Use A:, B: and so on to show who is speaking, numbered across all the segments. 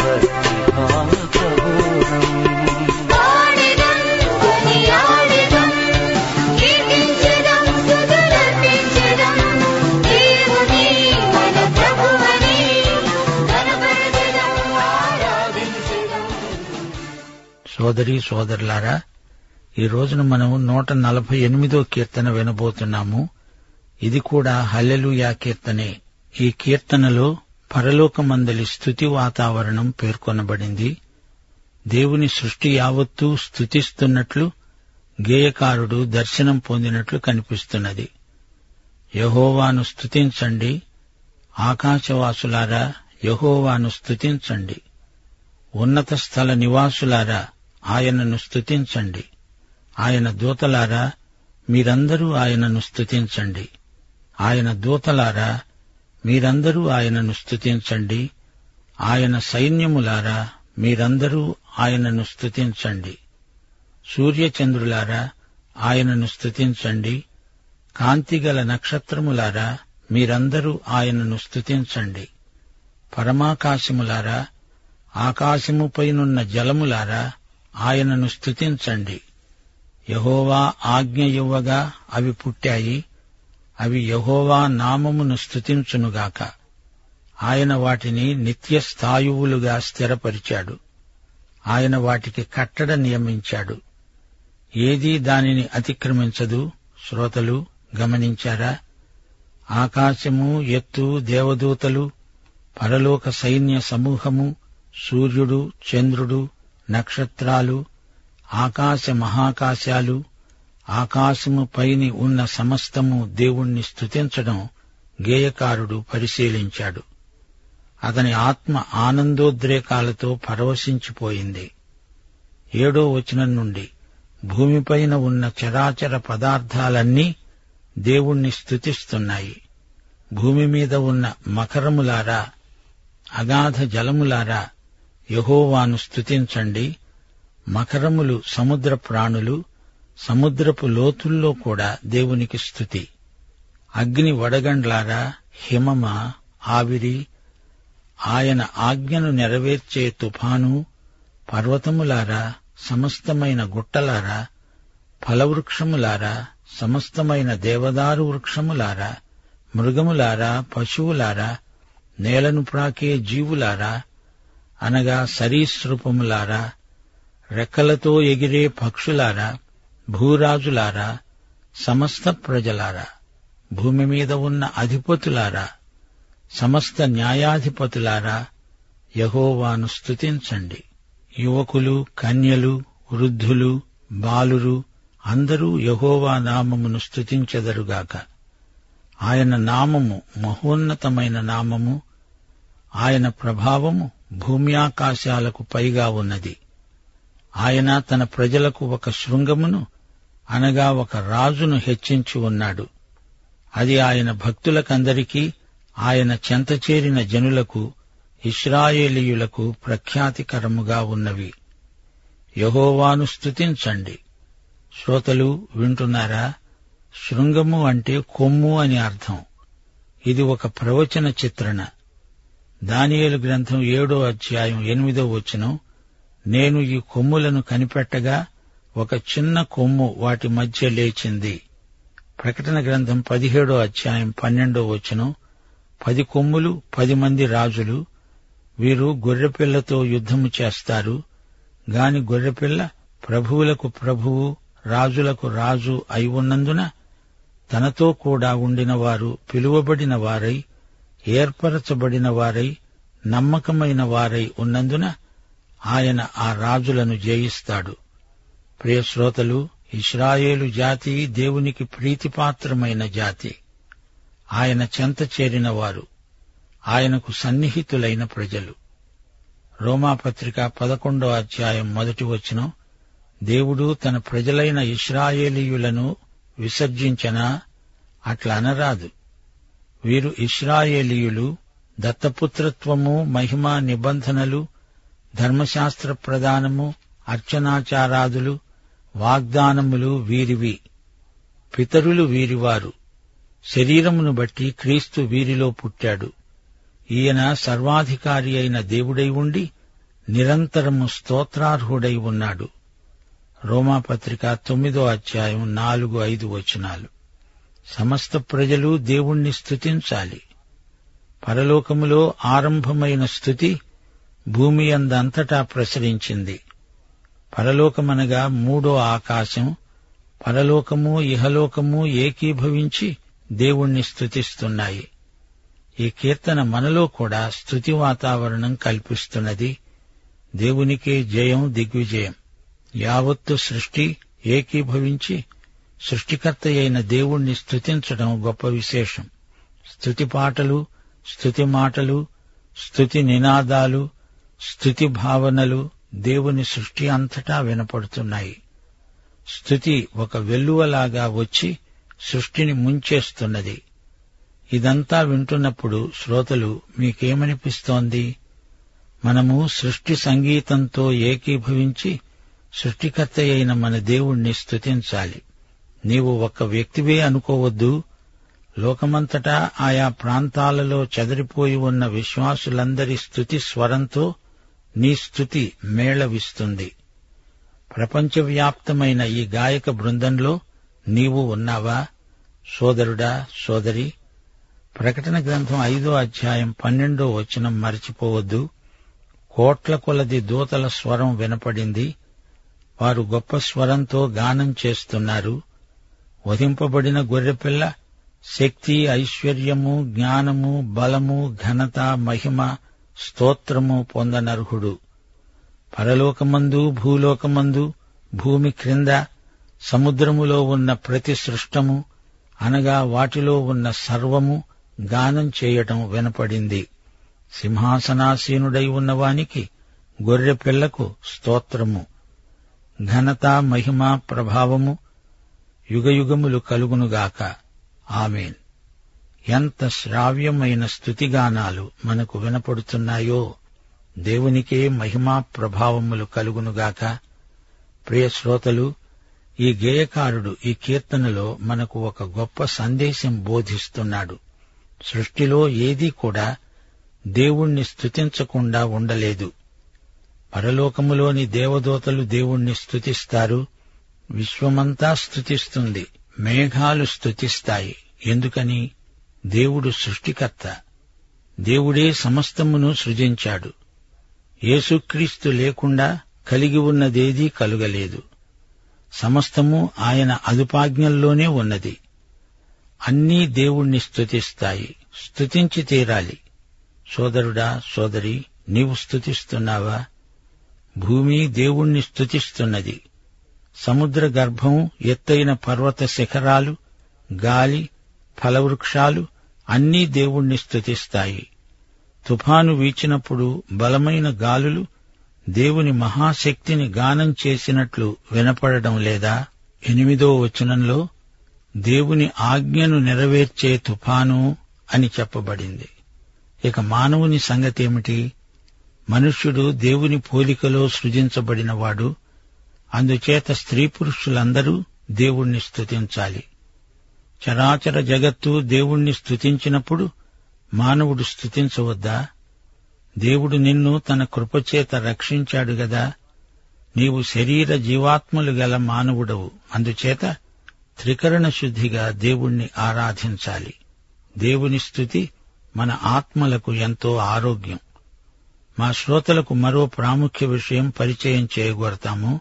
A: భక్తిభావబోధం సోదరి సోదరులారా ఈ రోజున మనం నూట నలభై ఎనిమిదో కీర్తన వినబోతున్నాము ఇది కూడా హల్లెలూయా కీర్తనే ఈ కీర్తనలో పరలోకమందలి స్థుతి వాతావరణం పేర్కొనబడింది దేవుని సృష్టి యావత్తూ స్థుతిస్తున్నట్లు గేయకారుడు దర్శనం పొందినట్లు కనిపిస్తున్నది యహోవాను స్థుతించండి ఆకాశవాసులారా యహోవాను స్థుతించండి ఉన్నత స్థల నివాసులారా ఆయనను స్థుతించండి ఆయన దూతలారా మీరందరూ ఆయనను స్థుతించండి ఆయన దూతలారా మీరందరూ ఆయనను స్థుతించండి ఆయన సైన్యములారా మీరందరూ ఆయనను స్థుతించండి సూర్యచంద్రులారా ఆయనను స్థుతించండి కాంతిగల నక్షత్రములారా మీరందరూ ఆయనను స్థుతించండి పరమాకాశములారా ఆకాశముపైనున్న జలములారా ఆయనను స్థుతించండి యహోవా ఆజ్ఞ ఇవ్వగా అవి పుట్టాయి అవి యహోవా నామమును స్థుతించునుగాక ఆయన వాటిని నిత్య స్థాయువులుగా స్థిరపరిచాడు ఆయన వాటికి కట్టడ నియమించాడు ఏదీ దానిని అతిక్రమించదు శ్రోతలు గమనించారా ఆకాశము ఎత్తు దేవదూతలు పరలోక సైన్య సమూహము సూర్యుడు చంద్రుడు నక్షత్రాలు ఆకాశ మహాకాశాలు ఆకాశము పైని ఉన్న సమస్తము దేవుణ్ణి స్తుతించడం గేయకారుడు పరిశీలించాడు అతని ఆత్మ ఆనందోద్రేకాలతో పరవశించిపోయింది ఏడో వచనం నుండి భూమిపైన ఉన్న చరాచర పదార్థాలన్నీ దేవుణ్ణి స్తుతిస్తున్నాయి భూమి మీద ఉన్న మకరములారా అగాధ జలములారా యహోవాను స్తుతించండి మకరములు సముద్ర ప్రాణులు సముద్రపు లోతుల్లో కూడా దేవునికి స్థుతి అగ్ని వడగండ్లారా హిమమ ఆవిరి ఆయన ఆజ్ఞను నెరవేర్చే తుఫాను పర్వతములారా సమస్తమైన గుట్టలారా ఫలవృక్షములారా సమస్తమైన దేవదారు వృక్షములారా మృగములారా పశువులారా నేలను ప్రాకే జీవులారా అనగా సరీసృపములారా రెక్కలతో ఎగిరే పక్షులారా భూరాజులారా సమస్త ప్రజలారా భూమి మీద ఉన్న అధిపతులారా సమస్త న్యాయాధిపతులారా యహోవాను స్తుతించండి యువకులు కన్యలు వృద్ధులు బాలురు అందరూ యహోవా నామమును స్తుతించెదరుగాక ఆయన నామము మహోన్నతమైన నామము ఆయన ప్రభావము భూమి ఆకాశాలకు పైగా ఉన్నది ఆయన తన ప్రజలకు ఒక శృంగమును అనగా ఒక రాజును హెచ్చించి ఉన్నాడు అది ఆయన భక్తులకందరికీ ఆయన చెంత చేరిన జనులకు ఇస్రాయేలీయులకు ప్రఖ్యాతికరముగా ఉన్నవి యహోవాను స్తుతించండి శ్రోతలు వింటున్నారా శృంగము అంటే కొమ్ము అని అర్థం ఇది ఒక ప్రవచన చిత్రణ దానియేలు గ్రంథం ఏడో అధ్యాయం ఎనిమిదో వచనం నేను ఈ కొమ్ములను కనిపెట్టగా ఒక చిన్న కొమ్ము వాటి మధ్య లేచింది ప్రకటన గ్రంథం పదిహేడో అధ్యాయం పన్నెండో వచనం పది కొమ్ములు పది మంది రాజులు వీరు గొర్రెపిల్లతో యుద్ధము చేస్తారు గాని గొర్రెపిల్ల ప్రభువులకు ప్రభువు రాజులకు రాజు అయి ఉన్నందున తనతో కూడా ఉండిన వారు పిలువబడిన వారై ఏర్పరచబడిన వారై నమ్మకమైన వారై ఉన్నందున ఆయన ఆ రాజులను జయిస్తాడు ప్రియ శ్రోతలు ఇస్రాయేలు జాతి దేవునికి ప్రీతిపాత్రమైన జాతి ఆయన చెంత చేరిన వారు ఆయనకు సన్నిహితులైన ప్రజలు రోమాపత్రిక పదకొండో అధ్యాయం మొదటి వచనం దేవుడు తన ప్రజలైన ఇస్రాయేలీయులను విసర్జించనా అట్లా అనరాదు వీరు ఇస్రాయేలీయులు దత్తపుత్రత్వము మహిమ నిబంధనలు ధర్మశాస్త్ర ప్రదానము అర్చనాచారాదులు వాగ్దానములు వీరివి పితరులు వీరివారు శరీరమును బట్టి క్రీస్తు వీరిలో పుట్టాడు ఈయన సర్వాధికారి అయిన దేవుడై ఉండి నిరంతరము స్తోత్రార్హుడై ఉన్నాడు రోమాపత్రిక తొమ్మిదో అధ్యాయం నాలుగు ఐదు వచనాలు సమస్త ప్రజలు దేవుణ్ణి స్తుతించాలి పరలోకములో ఆరంభమైన స్థుతి భూమి అందంతటా ప్రసరించింది పరలోకమనగా మూడో ఆకాశం పరలోకము ఇహలోకము ఏకీభవించి దేవుణ్ణి స్తుతిస్తున్నాయి ఈ కీర్తన మనలో కూడా స్తుతి వాతావరణం కల్పిస్తున్నది దేవునికే జయం దిగ్విజయం యావత్తు సృష్టి ఏకీభవించి సృష్టికర్త అయిన దేవుణ్ణి స్తుతించడం గొప్ప విశేషం స్తుతి పాటలు స్తుతి మాటలు స్తుతి నినాదాలు స్తుతి భావనలు దేవుని సృష్టి అంతటా వినపడుతున్నాయి స్తుతి ఒక వెల్లువలాగా వచ్చి సృష్టిని ముంచేస్తున్నది ఇదంతా వింటున్నప్పుడు శ్రోతలు మీకేమనిపిస్తోంది మనము సృష్టి సంగీతంతో ఏకీభవించి సృష్టికర్త అయిన మన దేవుణ్ణి స్తుతించాలి నీవు ఒక్క వ్యక్తివే అనుకోవద్దు లోకమంతటా ఆయా ప్రాంతాలలో చెదిరిపోయి ఉన్న విశ్వాసులందరి స్తుతి స్వరంతో నీ స్తుతి మేళవిస్తుంది ప్రపంచవ్యాప్తమైన ఈ గాయక బృందంలో నీవు ఉన్నావా సోదరుడా సోదరి ప్రకటన గ్రంథం ఐదో అధ్యాయం పన్నెండో వచనం మరచిపోవద్దు కోట్ల కొలది దూతల స్వరం వినపడింది వారు గొప్ప స్వరంతో గానం చేస్తున్నారు వధింపబడిన గొర్రెపిల్ల శక్తి ఐశ్వర్యము జ్ఞానము బలము ఘనత మహిమ స్తోత్రము పొందనర్హుడు పరలోకమందు భూలోకమందు భూమి క్రింద సముద్రములో ఉన్న ప్రతి సృష్టము అనగా వాటిలో ఉన్న సర్వము గానం చేయటం వినపడింది సింహాసనాసీనుడై ఉన్నవానికి గొర్రె పిల్లకు స్తోత్రము ఘనత మహిమ ప్రభావము యుగయుగములు కలుగునుగాక ఆమెన్ ఎంత శ్రావ్యమైన స్థుతిగానాలు మనకు వినపడుతున్నాయో దేవునికే మహిమా ప్రభావములు కలుగునుగాక ప్రియ శ్రోతలు ఈ గేయకారుడు ఈ కీర్తనలో మనకు ఒక గొప్ప సందేశం బోధిస్తున్నాడు సృష్టిలో ఏదీ కూడా దేవుణ్ణి స్తుతించకుండా ఉండలేదు పరలోకములోని దేవదూతలు దేవుణ్ణి స్తుతిస్తారు విశ్వమంతా స్తుతిస్తుంది మేఘాలు స్తుతిస్తాయి ఎందుకని దేవుడు సృష్టికర్త దేవుడే సమస్తమును సృజించాడు యేసుక్రీస్తు లేకుండా కలిగి ఉన్నదేదీ కలుగలేదు సమస్తము ఆయన అదుపాజ్ఞల్లోనే ఉన్నది అన్నీ దేవుణ్ణి స్తుతిస్తాయి స్తుతించి తీరాలి సోదరుడా సోదరి నీవు స్తుతిస్తున్నావా భూమి దేవుణ్ణి స్తుతిస్తున్నది సముద్ర గర్భం ఎత్తైన పర్వత శిఖరాలు గాలి ఫలవృక్షాలు అన్నీ దేవుణ్ణి స్తుతిస్తాయి తుఫాను వీచినప్పుడు బలమైన గాలులు దేవుని మహాశక్తిని గానం చేసినట్లు వినపడడం లేదా ఎనిమిదో వచనంలో దేవుని ఆజ్ఞను నెరవేర్చే తుఫాను అని చెప్పబడింది ఇక మానవుని సంగతేమిటి మనుష్యుడు దేవుని పోలికలో సృజించబడినవాడు అందుచేత స్త్రీ పురుషులందరూ దేవుణ్ణి స్తుతించాలి చరాచర జగత్తు దేవుణ్ణి స్తుతించినప్పుడు మానవుడు స్తుతించవద్దా దేవుడు నిన్ను తన కృపచేత రక్షించాడు గదా నీవు శరీర జీవాత్మలు గల మానవుడవు అందుచేత త్రికరణ శుద్ధిగా దేవుణ్ణి ఆరాధించాలి దేవుని స్థుతి మన ఆత్మలకు ఎంతో ఆరోగ్యం మా శ్రోతలకు మరో ప్రాముఖ్య విషయం పరిచయం చేయగోరతాము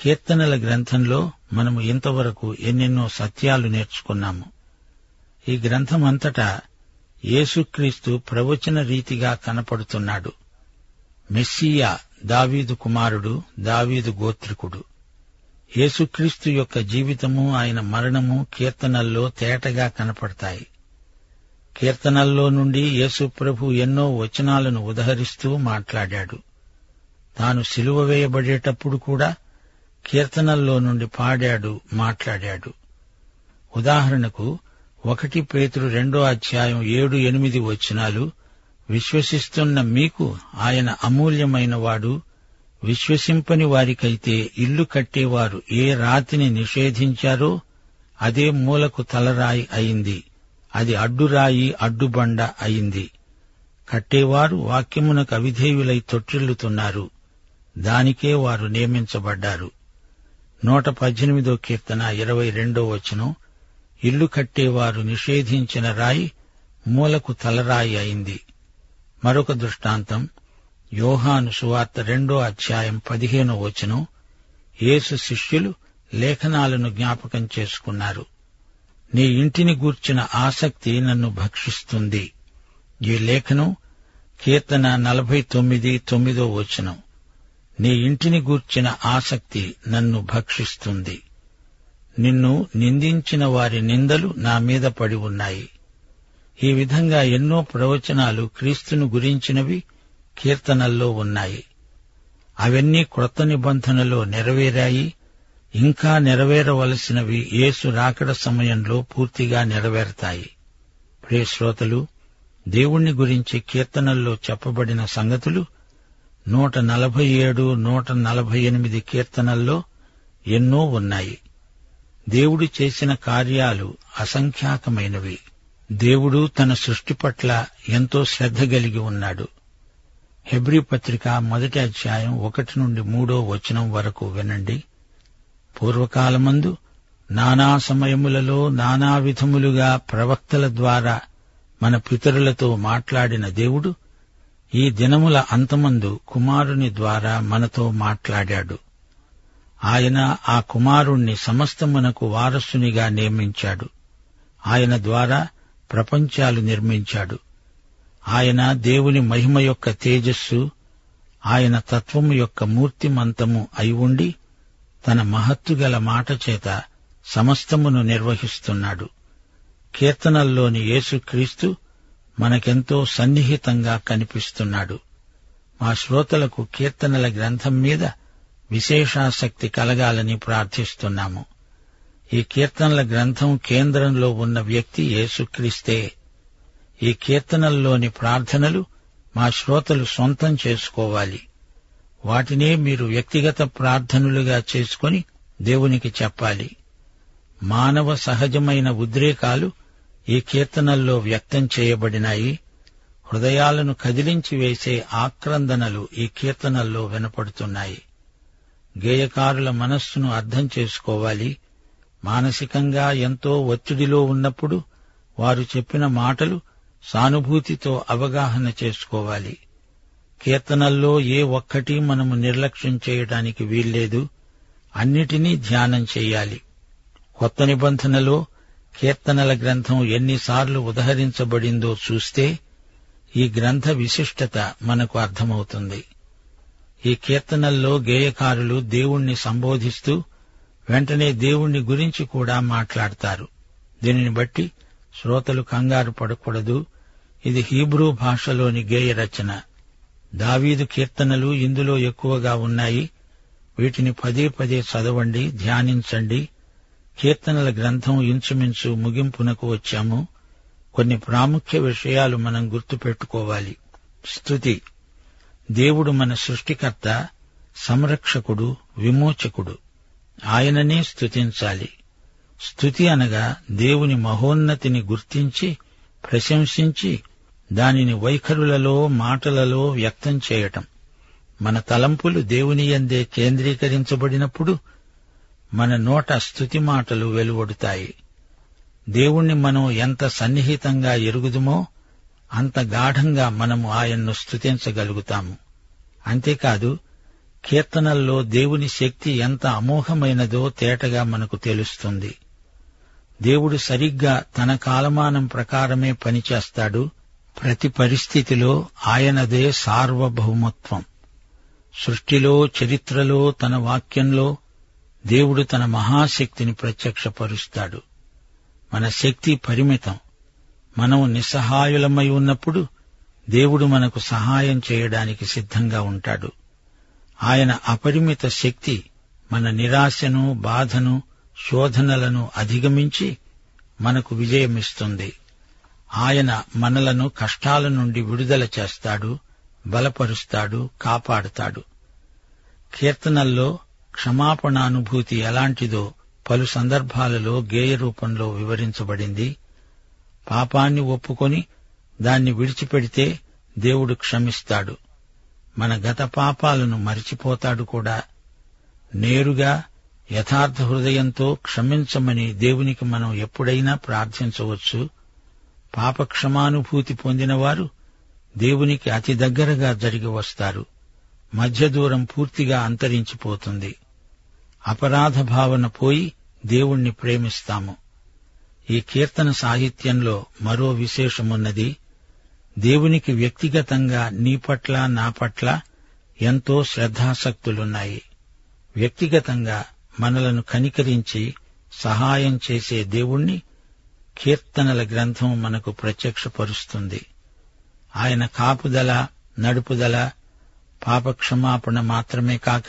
A: కీర్తనల గ్రంథంలో మనము ఇంతవరకు ఎన్నెన్నో సత్యాలు నేర్చుకున్నాము ఈ గ్రంథం అంతటా యేసుక్రీస్తు ప్రవచన రీతిగా కనపడుతున్నాడు మెస్సియా దావీదు కుమారుడు దావీదు గోత్రికుడు యేసుక్రీస్తు యొక్క జీవితము ఆయన మరణము కీర్తనల్లో తేటగా కనపడతాయి కీర్తనల్లో నుండి యేసు ప్రభు ఎన్నో వచనాలను ఉదహరిస్తూ మాట్లాడాడు తాను సిలువ వేయబడేటప్పుడు కూడా కీర్తనల్లో నుండి పాడాడు మాట్లాడాడు ఉదాహరణకు ఒకటి పేతురు రెండో అధ్యాయం ఏడు ఎనిమిది వచనాలు విశ్వసిస్తున్న మీకు ఆయన అమూల్యమైన వాడు విశ్వసింపని వారికైతే ఇల్లు కట్టేవారు ఏ రాతిని నిషేధించారో అదే మూలకు తలరాయి అయింది అది అడ్డురాయి అడ్డుబండ అయింది కట్టేవారు వాక్యమునకు అవిధేయులై తొట్టిల్లుతున్నారు దానికే వారు నియమించబడ్డారు నూట పద్దెనిమిదో కీర్తన ఇరవై రెండో వచనం ఇల్లు కట్టేవారు నిషేధించిన రాయి మూలకు తలరాయి అయింది మరొక దృష్టాంతం యోహాను సువార్త రెండో అధ్యాయం పదిహేనో వచనం యేసు శిష్యులు లేఖనాలను జ్ఞాపకం చేసుకున్నారు నీ ఇంటిని గూర్చిన ఆసక్తి నన్ను భక్షిస్తుంది ఈ లేఖనం కీర్తన నలభై తొమ్మిది తొమ్మిదో వచనం నీ ఇంటిని గూర్చిన ఆసక్తి నన్ను భక్షిస్తుంది నిన్ను నిందించిన వారి నిందలు నా మీద పడి ఉన్నాయి ఈ విధంగా ఎన్నో ప్రవచనాలు క్రీస్తును గురించినవి కీర్తనల్లో ఉన్నాయి అవన్నీ క్రొత్త నిబంధనలో నెరవేరాయి ఇంకా నెరవేరవలసినవి యేసు రాకడ సమయంలో పూర్తిగా నెరవేరతాయి ప్రియ శ్రోతలు దేవుణ్ణి గురించి కీర్తనల్లో చెప్పబడిన సంగతులు నూట నలభై ఏడు నూట నలభై ఎనిమిది కీర్తనల్లో ఎన్నో ఉన్నాయి దేవుడు చేసిన కార్యాలు అసంఖ్యాకమైనవి దేవుడు తన సృష్టి పట్ల ఎంతో శ్రద్ధ కలిగి ఉన్నాడు హెబ్రీ పత్రిక మొదటి అధ్యాయం ఒకటి నుండి మూడో వచనం వరకు వినండి పూర్వకాలమందు నానా సమయములలో నానా విధములుగా ప్రవక్తల ద్వారా మన పితరులతో మాట్లాడిన దేవుడు ఈ దినముల అంతమందు కుమారుని ద్వారా మనతో మాట్లాడాడు ఆయన ఆ కుమారుణ్ణి సమస్తమునకు వారసునిగా నియమించాడు ఆయన ద్వారా ప్రపంచాలు నిర్మించాడు ఆయన దేవుని మహిమ యొక్క తేజస్సు ఆయన తత్వము యొక్క మూర్తిమంతము అయి ఉండి తన మహత్తుగల మాట చేత సమస్తమును నిర్వహిస్తున్నాడు కీర్తనల్లోని యేసుక్రీస్తు మనకెంతో సన్నిహితంగా కనిపిస్తున్నాడు మా శ్రోతలకు కీర్తనల గ్రంథం మీద విశేషాసక్తి కలగాలని ప్రార్థిస్తున్నాము ఈ కీర్తనల గ్రంథం కేంద్రంలో ఉన్న వ్యక్తి యేసుక్రీస్తే ఈ కీర్తనల్లోని ప్రార్థనలు మా శ్రోతలు సొంతం చేసుకోవాలి వాటినే మీరు వ్యక్తిగత ప్రార్థనలుగా చేసుకొని దేవునికి చెప్పాలి మానవ సహజమైన ఉద్రేకాలు ఈ కీర్తనల్లో వ్యక్తం చేయబడినాయి హృదయాలను కదిలించి వేసే ఆక్రందనలు ఈ కీర్తనల్లో వినపడుతున్నాయి గేయకారుల మనస్సును అర్థం చేసుకోవాలి మానసికంగా ఎంతో ఒత్తిడిలో ఉన్నప్పుడు వారు చెప్పిన మాటలు సానుభూతితో అవగాహన చేసుకోవాలి కీర్తనల్లో ఏ ఒక్కటి మనము నిర్లక్ష్యం చేయడానికి వీల్లేదు అన్నిటినీ ధ్యానం చేయాలి కొత్త నిబంధనలో కీర్తనల గ్రంథం ఎన్నిసార్లు ఉదహరించబడిందో చూస్తే ఈ గ్రంథ విశిష్టత మనకు అర్థమవుతుంది ఈ కీర్తనల్లో గేయకారులు దేవుణ్ణి సంబోధిస్తూ వెంటనే దేవుణ్ణి గురించి కూడా మాట్లాడతారు దీనిని బట్టి శ్రోతలు కంగారు పడకూడదు ఇది హీబ్రూ భాషలోని గేయ రచన దావీదు కీర్తనలు ఇందులో ఎక్కువగా ఉన్నాయి వీటిని పదే పదే చదవండి ధ్యానించండి కీర్తనల గ్రంథం ఇంచుమించు ముగింపునకు వచ్చాము కొన్ని ప్రాముఖ్య విషయాలు మనం గుర్తుపెట్టుకోవాలి స్తుతి దేవుడు మన సృష్టికర్త సంరక్షకుడు విమోచకుడు ఆయననే స్తుతించాలి స్తుతి అనగా దేవుని మహోన్నతిని గుర్తించి ప్రశంసించి దానిని వైఖరులలో మాటలలో వ్యక్తం చేయటం మన తలంపులు దేవుని యందే కేంద్రీకరించబడినప్పుడు మన నోట స్తుతి మాటలు వెలువడుతాయి దేవుణ్ణి మనం ఎంత సన్నిహితంగా ఎరుగుదుమో అంత గాఢంగా మనము ఆయన్ను స్తుతించగలుగుతాము అంతేకాదు కీర్తనల్లో దేవుని శక్తి ఎంత అమోఘమైనదో తేటగా మనకు తెలుస్తుంది దేవుడు సరిగ్గా తన కాలమానం ప్రకారమే పనిచేస్తాడు ప్రతి పరిస్థితిలో ఆయనదే సార్వభౌమత్వం సృష్టిలో చరిత్రలో తన వాక్యంలో దేవుడు తన మహాశక్తిని ప్రత్యక్షపరుస్తాడు మన శక్తి పరిమితం మనం నిస్సహాయులమై ఉన్నప్పుడు దేవుడు మనకు సహాయం చేయడానికి సిద్ధంగా ఉంటాడు ఆయన అపరిమిత శక్తి మన నిరాశను బాధను శోధనలను అధిగమించి మనకు విజయమిస్తుంది ఆయన మనలను కష్టాల నుండి విడుదల చేస్తాడు బలపరుస్తాడు కాపాడుతాడు కీర్తనల్లో క్షమాపణానుభూతి ఎలాంటిదో పలు సందర్భాలలో గేయ రూపంలో వివరించబడింది పాపాన్ని ఒప్పుకొని దాన్ని విడిచిపెడితే దేవుడు క్షమిస్తాడు మన గత పాపాలను మరిచిపోతాడు కూడా నేరుగా యథార్థ హృదయంతో క్షమించమని దేవునికి మనం ఎప్పుడైనా ప్రార్థించవచ్చు పాప క్షమానుభూతి పొందినవారు దేవునికి అతి దగ్గరగా జరిగి వస్తారు మధ్య దూరం పూర్తిగా అంతరించిపోతుంది అపరాధ భావన పోయి దేవుణ్ణి ప్రేమిస్తాము ఈ కీర్తన సాహిత్యంలో మరో విశేషమున్నది దేవునికి వ్యక్తిగతంగా నీ పట్ల నా పట్ల ఎంతో శ్రద్ధాసక్తులున్నాయి వ్యక్తిగతంగా మనలను కనికరించి సహాయం చేసే దేవుణ్ణి కీర్తనల గ్రంథం మనకు ప్రత్యక్షపరుస్తుంది ఆయన కాపుదల నడుపుదల పాపక్షమాపణ మాత్రమే కాక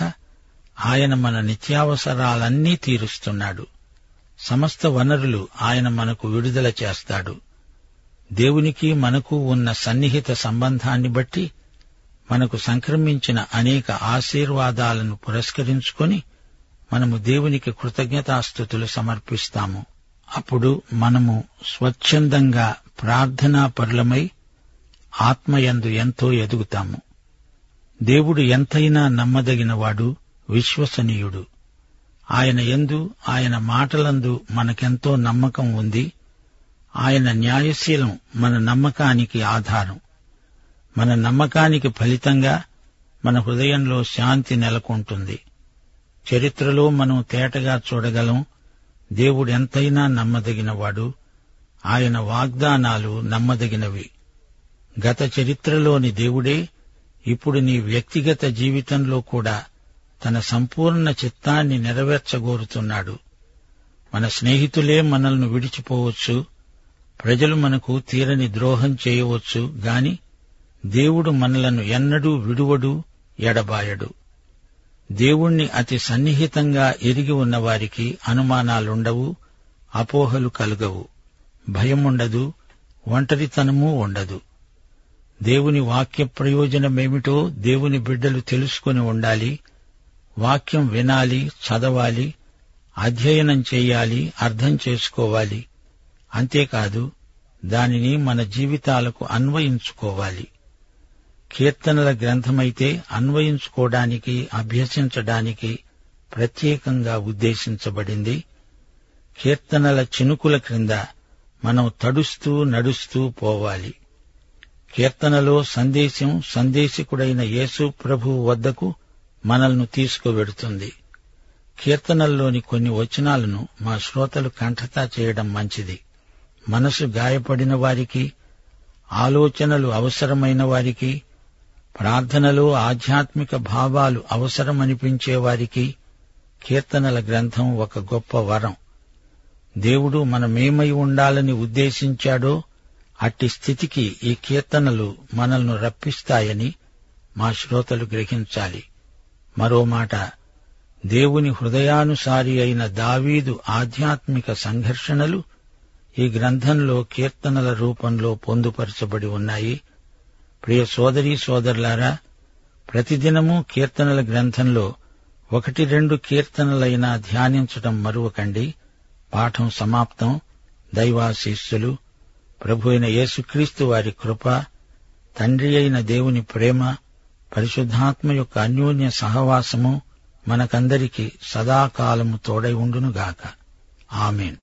A: ఆయన మన నిత్యావసరాలన్నీ తీరుస్తున్నాడు సమస్త వనరులు ఆయన మనకు విడుదల చేస్తాడు దేవునికి మనకు ఉన్న సన్నిహిత సంబంధాన్ని బట్టి మనకు సంక్రమించిన అనేక ఆశీర్వాదాలను పురస్కరించుకొని మనము దేవునికి కృతజ్ఞతాస్థుతులు సమర్పిస్తాము అప్పుడు మనము స్వచ్ఛందంగా ప్రార్థనా పరులమై ఆత్మయందు ఎంతో ఎదుగుతాము దేవుడు ఎంతైనా నమ్మదగినవాడు విశ్వసనీయుడు ఆయన యందు ఆయన మాటలందు మనకెంతో నమ్మకం ఉంది ఆయన న్యాయశీలం మన నమ్మకానికి ఆధారం మన నమ్మకానికి ఫలితంగా మన హృదయంలో శాంతి నెలకొంటుంది చరిత్రలో మనం తేటగా చూడగలం దేవుడెంతైనా నమ్మదగినవాడు ఆయన వాగ్దానాలు నమ్మదగినవి గత చరిత్రలోని దేవుడే ఇప్పుడు నీ వ్యక్తిగత జీవితంలో కూడా తన సంపూర్ణ చిత్తాన్ని నెరవేర్చగోరుతున్నాడు మన స్నేహితులే మనల్ని విడిచిపోవచ్చు ప్రజలు మనకు తీరని ద్రోహం చేయవచ్చు గాని దేవుడు మనలను ఎన్నడూ విడువడు ఎడబాయడు దేవుణ్ణి అతి సన్నిహితంగా ఎరిగి ఉన్నవారికి అనుమానాలుండవు అపోహలు కలుగవు భయముండదు ఒంటరితనమూ ఉండదు దేవుని వాక్య ప్రయోజనమేమిటో దేవుని బిడ్డలు తెలుసుకొని ఉండాలి వాక్యం వినాలి చదవాలి అధ్యయనం చేయాలి అర్థం చేసుకోవాలి అంతేకాదు దానిని మన జీవితాలకు అన్వయించుకోవాలి కీర్తనల గ్రంథమైతే అన్వయించుకోవడానికి అభ్యసించడానికి ప్రత్యేకంగా ఉద్దేశించబడింది కీర్తనల చినుకుల క్రింద మనం తడుస్తూ నడుస్తూ పోవాలి కీర్తనలో సందేశం సందేశకుడైన యేసు ప్రభువు వద్దకు మనల్ని తీసుకువెడుతుంది కీర్తనల్లోని కొన్ని వచనాలను మా శ్రోతలు కంఠతా చేయడం మంచిది మనసు గాయపడిన వారికి ఆలోచనలు అవసరమైన వారికి ప్రార్థనలో ఆధ్యాత్మిక భావాలు అవసరమనిపించే వారికి కీర్తనల గ్రంథం ఒక గొప్ప వరం దేవుడు మనమేమై ఉండాలని ఉద్దేశించాడో అట్టి స్థితికి ఈ కీర్తనలు మనల్ని రప్పిస్తాయని మా శ్రోతలు గ్రహించాలి మరో మాట దేవుని హృదయానుసారి అయిన దావీదు ఆధ్యాత్మిక సంఘర్షణలు ఈ గ్రంథంలో కీర్తనల రూపంలో పొందుపరచబడి ఉన్నాయి ప్రియ సోదరీ సోదరులారా ప్రతిదినము కీర్తనల గ్రంథంలో ఒకటి రెండు కీర్తనలైనా ధ్యానించటం మరువకండి పాఠం సమాప్తం దైవాశీస్సులు ప్రభు అయిన యేసుక్రీస్తు వారి కృప తండ్రి అయిన దేవుని ప్రేమ పరిశుద్ధాత్మ యొక్క అన్యోన్య సహవాసము మనకందరికీ సదాకాలము తోడై ఉండునుగాక ఆమెన్